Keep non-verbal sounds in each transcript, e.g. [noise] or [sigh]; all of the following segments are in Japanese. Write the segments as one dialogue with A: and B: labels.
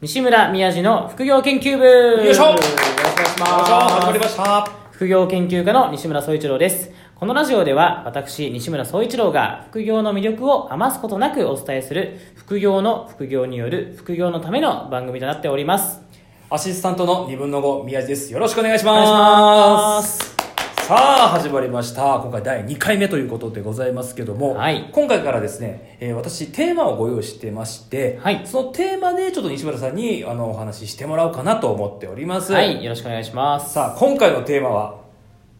A: 西村宮治の副業研究部
B: よいしょ
A: よろしくお願いします
B: 始まりました
A: 副業研究家の西村総一郎ですこのラジオでは私西村総一郎が副業の魅力を余すことなくお伝えする副業の副業による副業のための番組となっております
B: アシスタントの2分の5宮地ですよろしくお願いし
A: お願いし
B: ま
A: ますす
B: さあ始まりました今回第2回目ということでございますけども、
A: はい
B: 今回からですね、えー私テーマをご用意してまして、
A: はい
B: そのテーマでちょっと西村さんにあのお話ししてもらおうかなと思っております、
A: はいよろしくお願いします
B: さあ今回のテーマは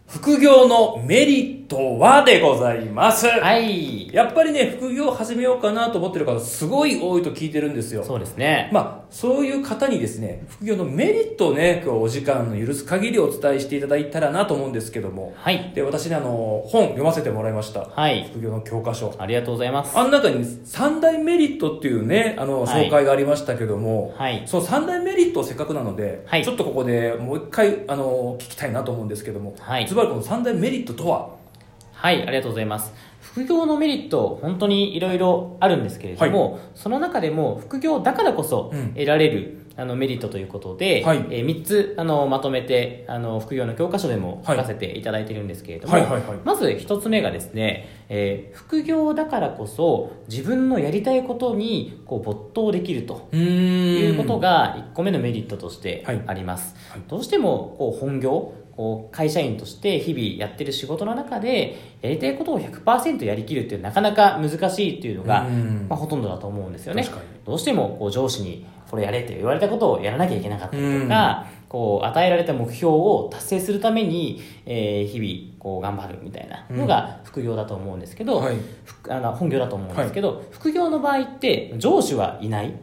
B: 副業のメリットはでございます、
A: はい
B: やっぱりね副業を始めようかなと思ってる方すごい多いと聞いてるんですよ
A: そうですね
B: まあ、そういう方にですね、副業のメリットをね、今日お時間の許す限りお伝えしていただいたらなと思うんですけども、
A: はい
B: で、私ね、あの、本読ませてもらいました。
A: はい
B: 副業の教科書。
A: ありがとうございます
B: あの中に三大メリットっていうね、あの、
A: はい
B: 紹介がありましたけども、
A: はい
B: その三大メリットをせっかくなので、
A: はい
B: ちょっとここでもう一回、あの、聞きたいなと思うんですけども、
A: はい
B: ズバリこの三大メリットとは
A: はい、ありがとうございます。副業のメリット、本当にいろいろあるんですけれども、その中でも副業だからこそ
B: うん
A: 得られる、あのメリットということで、
B: はい
A: えー3つあのまとめてあの副業の教科書でも書
B: はい
A: かせていただいているんですけれども、
B: はいはいはい
A: まず1つ目がですね、えー副業だからこそ自分のやりたいことにこう没頭できると。いうことが1個目のメリットとして
B: はい
A: あります、
B: はい
A: どうしてもこう本業こう会社員として日々やってる仕事の中でやりたいことを100%やりきるっていうなかなか難しいっていうのが、
B: うん
A: まあ、ほとんどだと思うんですよね
B: 確かに
A: どうしてもこう上司にこれやれって言われたことをやらなきゃいけなかったりとか、こう与えられた目標を達成するために、えー日々こう頑張るみたいなのが副業だと思うんですけど、
B: はい
A: ふあの本業だと思うんですけど、副業の場合って上司はいない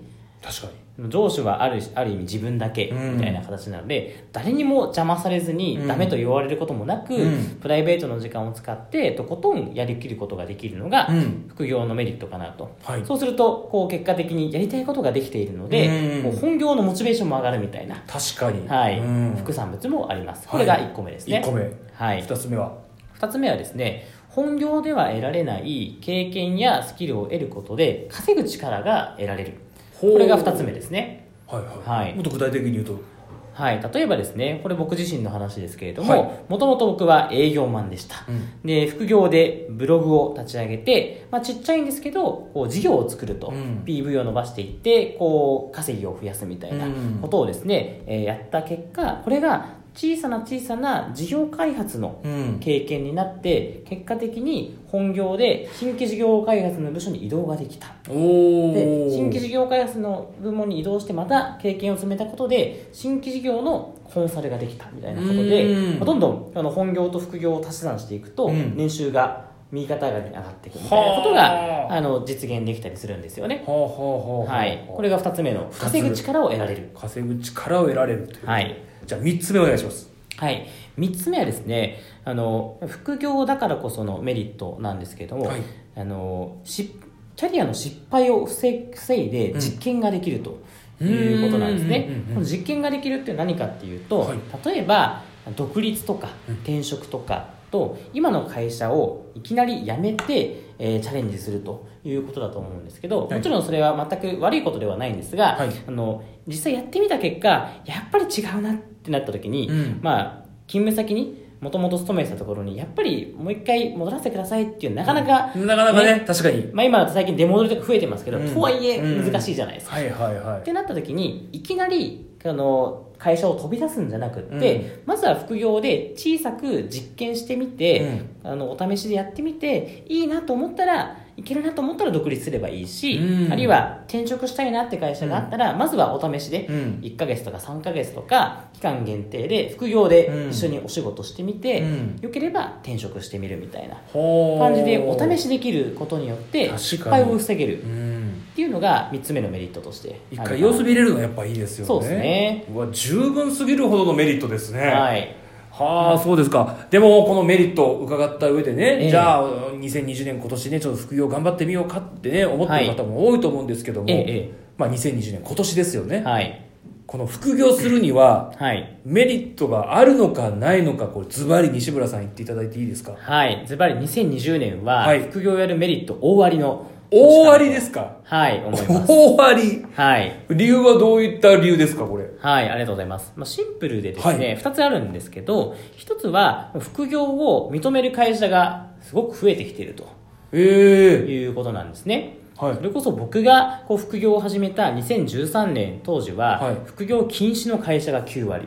B: 確かに。
A: 上司はあるある意味自分だけ
B: うん
A: みたいな形なので、誰にも邪魔されずに
B: うん
A: ダメと言われることもなく、
B: うん
A: プライベートの時間を使ってとことんやりきることができるのが
B: うん
A: 副業のメリットかなと、
B: はい
A: そうするとこう結果的にやりたいことができているので、
B: うん
A: もう本業のモチベーションも上がるみたいな、
B: 確かに。
A: はい
B: うん
A: 副産物もありますこれが1個目ですね、
B: 一個目。
A: はい、
B: 二つ目は。
A: 2つ目はですね本業では得られない経験やスキルを得ることで稼ぐ力が得られる
B: ほう
A: これが2つ目ですね
B: はいはい。
A: はい
B: もっと具体的に言うと。
A: はい、例えばですねこれ僕自身の話ですけれど
B: はい
A: ももともと僕は営業マンでした、
B: う
A: で副業でブログを立ち上げて、まあ、ちっちゃいんですけどこう事業を作ると、
B: うん
A: PV を伸ばしていってこう稼ぎを増やすみたいな
B: うん
A: ことをですね、えーやった結果これが小さな小さな事業開発の
B: うん
A: 経験になって結果的に本業で新規事業開発の部署に移動ができた
B: おお
A: で新規事業開発の部門に移動してまた経験を積めたことで新規事業のコンサルができたみたいなことで
B: うん
A: まあどんどんあの本業と副業を足し算していくと
B: うん
A: 年収が右肩上がりに上がっていくみたいなことが
B: はあ
A: あの実現できたりするんですよね、
B: はあはあはあはあ
A: はい、これが2つ目の
B: つ
A: 稼ぐ力を得られる
B: 稼ぐ力を得られるという、
A: はい
B: じゃあ3つ目お願いします
A: はい、3つ目はですねあの副業だからこそのメリットなんですけれども、
B: はい
A: あのしキャリアの失敗を防い防いで
B: うん
A: 実験ができるということなんですね
B: うんうんうんうん。
A: この実験ができるって何かっていうと、
B: はい
A: 例えば独立とか
B: うん
A: 転職とかと今の会社をいきなり辞めて、えーチャレンジするということだと思うんですけど
B: はい
A: もちろんそれは全く悪いことではないんですが、
B: はい
A: あの実際やってみた結果やっぱり違うなってなった時に、
B: うん
A: まあ、勤務先にもともと勤めてたところにやっぱりもう一回戻らせてくださいっていうなかなか、
B: なかなかね確かに
A: まあ、今だと最近出戻りとか増えてますけど、
B: うん
A: とはいえ
B: うん
A: 難しいじゃないですか。
B: はいはいは
A: ってなった時にいきなりあの会社を飛び出すんじゃなくって、まずは副業で小さく実験してみて、あのお試しでやってみていいなと思ったらいけるなと思ったら独立すればいいし、
B: うん
A: あるいは転職したいなって会社があったら、まずはお試しで
B: うん
A: 1ヶ月とか3ヶ月とか期間限定で副業で
B: うん
A: 一緒にお仕事してみて、
B: うん
A: よければ転職してみるみたいな
B: ほ
A: 感じでお試
B: し
A: しできることによって
B: 確かに
A: 失敗を防げる
B: うん
A: っていうのが3つ目のメリットとして
B: 一
A: あ
B: 回
A: り
B: 様
A: ます
B: 子見れるのはやっぱいいですよね
A: そうですね
B: うわ十分すぎるほどのメリットですね
A: はい、
B: はあそうですかでもこのメリットを伺った上でね、
A: ええ
B: じゃあ2020年今年ねちょっと副業頑張ってみようかってね思ってる方も多いと思うんですけども、
A: ええええ
B: まあ、2020年今年ですよね、
A: はい、
B: この副業するには
A: はい、
B: メリットがあるのかないのかこれズバリ西村さん言っていただいていいですか
A: はい、ズバリ2020年は
B: はい
A: 副業やるメリット大ありの
B: 大ありですか
A: はい、思います。
B: 大あり
A: はい。
B: 理由はどういった理由ですかこれ
A: はい、ありがとうございます。まあ、シンプルでです
B: は
A: ね、二、つあるんですけど、一つは、副業を認める会社がすごく増えてきていると
B: ええ
A: いうことなんですね。
B: はい
A: それこそ僕がこう副業を始めた2013年当時は、
B: はい
A: 副業禁止の会社が9割。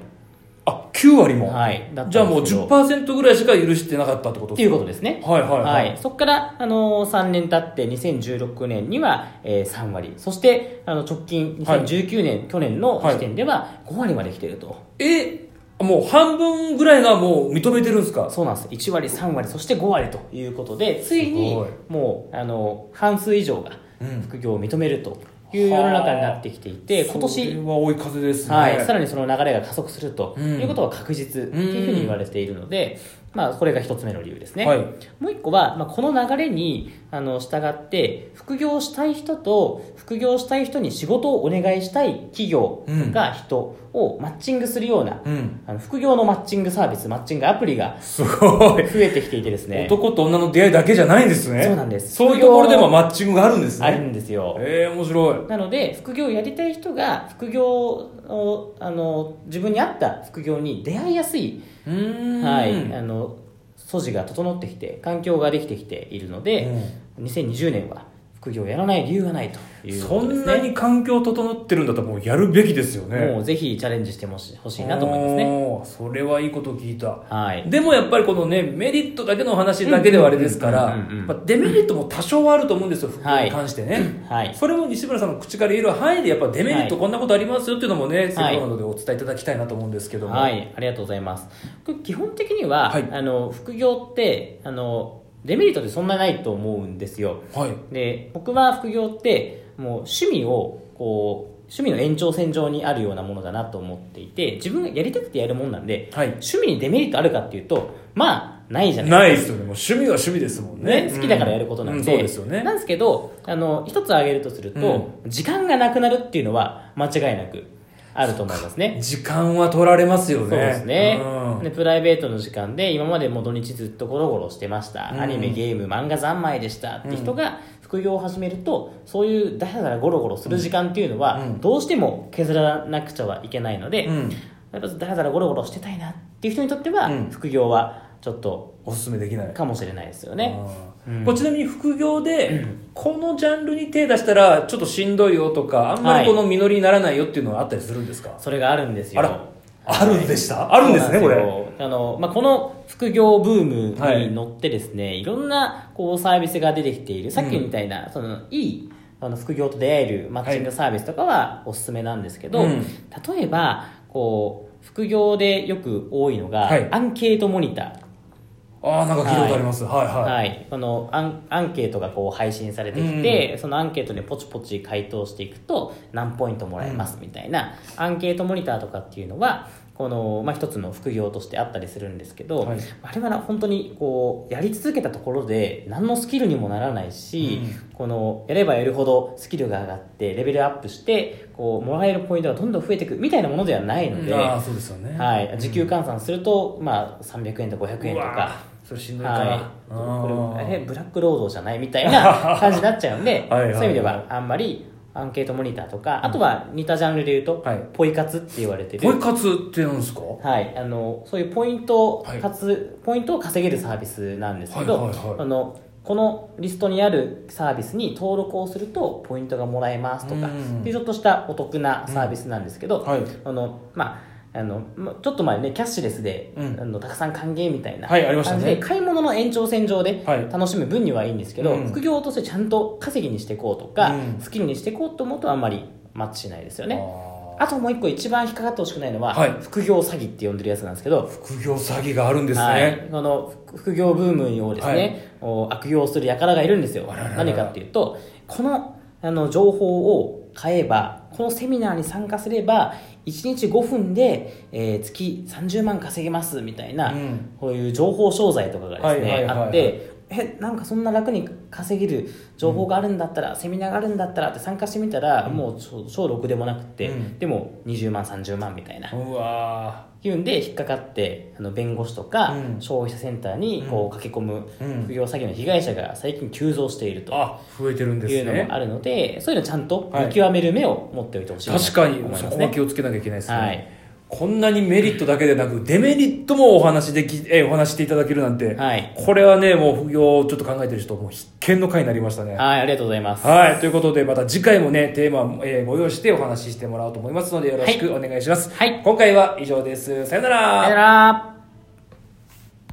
B: あ九9割も、
A: はい。だったんですけど
B: じゃあもう10%ぐらいしか許してなかったってこと
A: っていうことですね。
B: はいはいはい
A: そこから、あのー、3年経って、2016年には、えー、3割。そして、あの、直近、
B: はい
A: 2019年、去年の
B: はい
A: 時点では、5割まで来てると。
B: えもう半分ぐらいがもう認めてるんですか
A: そうなんです。1割、3割、そして5割ということで、つい
B: す
A: に
B: ごい、
A: もう、あの、半数以上が
B: うん、
A: 副業を認めるという世の中になってきていて、今
B: それ
A: 年、
B: は追い風ですね
A: はい、さらにその流れが加速するということは確実っていうふうに言われているので、まあ、これが一つ目の理由ですね。
B: はい
A: もう一個は、まあ、この流れにあの従って副業したい人と副業したい人に仕事をお願いしたい企業が人をマッチングするような、
B: うん
A: あの副業のマッチングサービスマッチングアプリが
B: すごい、
A: [laughs] 増えてきていてですね
B: 男と女の出会いだけじゃないんですね
A: そうなんです
B: そういうところでもマッチングがあるんですね
A: あるんですよ、
B: ええ面白い
A: なので副業をやりたい人が副業をあの自分に合った副業に出会いやすい、
B: うーん
A: はい、あの素地が整ってきて環境ができてきているので、2020年は副業をやらない理由がないということ
B: そ
A: ですね
B: んなに環境整ってるんだったらもうやるべきですよね
A: もうぜひチャレンジしてほしほしいなと思いますね。
B: おーそれはいいこと聞いた
A: はい。
B: でもやっぱりこのねメリットだけの話だけではあれですから
A: うんうんうんうんうん
B: まあデメリットも多少はあると思うんですよ服
A: はい
B: に関してね、
A: はい。
B: それも西村さんの口から言える範囲でやっぱデメリット
A: は
B: こんなことありますよっていうのもね、せっかく
A: はい
B: なのでお伝えいただきたいなと思うんですけども、
A: はい。ありがとうございます。これ基本的には、
B: はい
A: あの、副業って、あの、デメリットってそんなないと思うんですよ。
B: はい
A: で、僕は副業って、もう趣味を、こう、趣味の延長線上にあるようなものだなと思っていて、自分がやりたくてやるもんなんで、
B: はい
A: 趣味にデメリットあるかっていうと、まあ、ないじゃないですか
B: ないですよねもう趣味は趣味ですもんね
A: ね、好きだからやることな
B: うんん
A: で、
B: そうですよね
A: なんですけど、あの、一つ挙げるとすると、時間がなくなるっていうのは間違いなくあると思いますね。
B: 時間は取られますよね
A: そうですね、
B: うん
A: でプライベートの時間で今までもう土日ずっとゴロゴロしてました、
B: うん
A: アニメゲーム漫画三昧でしたって人が副業を始めるとそういうだらだらゴロゴロする時間っていうのは、
B: うん
A: どうしても削らなくちゃはいけないので、
B: うん
A: やっぱだらだらゴロゴロしてたいなっていう人にとっては、
B: うん
A: 副業はちょっと
B: おすすめできない
A: かもしれないですよね、
B: あーこれちなみに副業で、このジャンルに手出したらちょっとしんどいよとかあんまりこの実りにならないよっていうのはあったりするんですか、
A: それがあるんですよ
B: あらあるんでしたあるんですね
A: そ
B: こ
A: うな
B: れ
A: よあの、まあ、この副業ブー
B: は
A: ム
B: い
A: に乗ってですね、い、ろんなこうサービスが出てきているさっきみたいな、そのいいあの副業と出会えるマッチングサービスとかはおすすめなんですけど、
B: うん
A: 例えばこう副業でよく多いのが、
B: はい
A: アンケートモニター
B: ああなんか聞いたことあります、はい、はいはい
A: はい、このアンアンケートがこう配信されてきて、そのアンケートにポチポチ回答していくと何ポイントもらえますみたいな、アンケートモニターとかっていうのはこの、まあ、一つの副業としてあったりするんですけど、
B: はい
A: あれはな本当にこうやり続けたところで何のスキルにもならないし、このやればやるほどスキルが上がってレベルアップしてこうもらえるポイントがどんどん増えていくみたいなものではないので、
B: ああそうですよね
A: はい、時給換算すると、まあ、300円と500円と
B: うわ
A: か。
B: ーそれしんどいかな、
A: はい、こ
B: あー
A: れえブラック労働じゃないみたい
B: [laughs]
A: な感じになっちゃうんで
B: はいはいはい
A: そういう意味ではあんまりアンケートモニターとかあとは似たジャンルで言うと、
B: はい
A: ポイ活って言われて
B: ポイ
A: る、
B: 活ってなんですか
A: はい、あのそういうポイントかつ、ポイントを稼げるサービスなんですけど、
B: はいはいはい
A: あのこのリストにあるサービスに登録をするとポイントがもらえますとか
B: うん
A: でちょっとしたお得なサービスなんですけど、
B: はい
A: あのまああのまちょっと前ねキャッシュレスで、
B: うん
A: あのたくさん歓迎みたいな
B: はいありましたね
A: 感じで買い物の延長線上で
B: はい
A: 楽しむ分にはいいんですけど、
B: うん
A: 副業としてちゃんと稼ぎにしていこうとか、
B: うん
A: スキルにしていこうと思うとあんまりマッチしないですよね
B: あー
A: あともう一個一番引っかかってほしくないのは、
B: はい
A: 副業詐欺って呼んでるやつなんですけど
B: 副業詐欺があるんですね、
A: はい、この副副業ブームをですね、お悪用する輩がいるんですよ
B: あららら
A: 何かっていうとこのあの情報を買えばこのセミナーに参加すれば1日5分で、えー月30万稼げますみたいな、
B: うん
A: こういう情報商材とかがですね、
B: はいはいはいはい
A: あってえなんかそんな楽に稼げる情報があるんだったら、セミナーがあるんだったらって参加してみたら、もう小小6でもなくて、
B: うん
A: でも20万30万みたいな、
B: うわ
A: いうんで引っかかってあの弁護士とか
B: うん
A: 消費者センターにこう駆け込む
B: うん
A: 副業詐欺の被害者が最近急増していると
B: あ増えてるんです
A: いうの
B: ね
A: もあるのでそういうのちゃんと
B: はい
A: 見極める目を持っておいてほしいなと
B: 確かに
A: 思い
B: そ
A: ま
B: こ
A: す
B: は
A: ね
B: 気をつけなきゃいけないですね、
A: はい
B: こんなにメリットだけでなくデメリットもお話できえお話していただけるなんて、
A: はい
B: これはねもう副業をちょっと考えてる人もう必見の回になりましたね
A: はいありがとうございます
B: はいということでまた次回もねテーマ、えーご用意してお話ししてもらおうと思いますのでよろしくお願いします、
A: はい
B: 今回は以上ですさよな
A: さよなら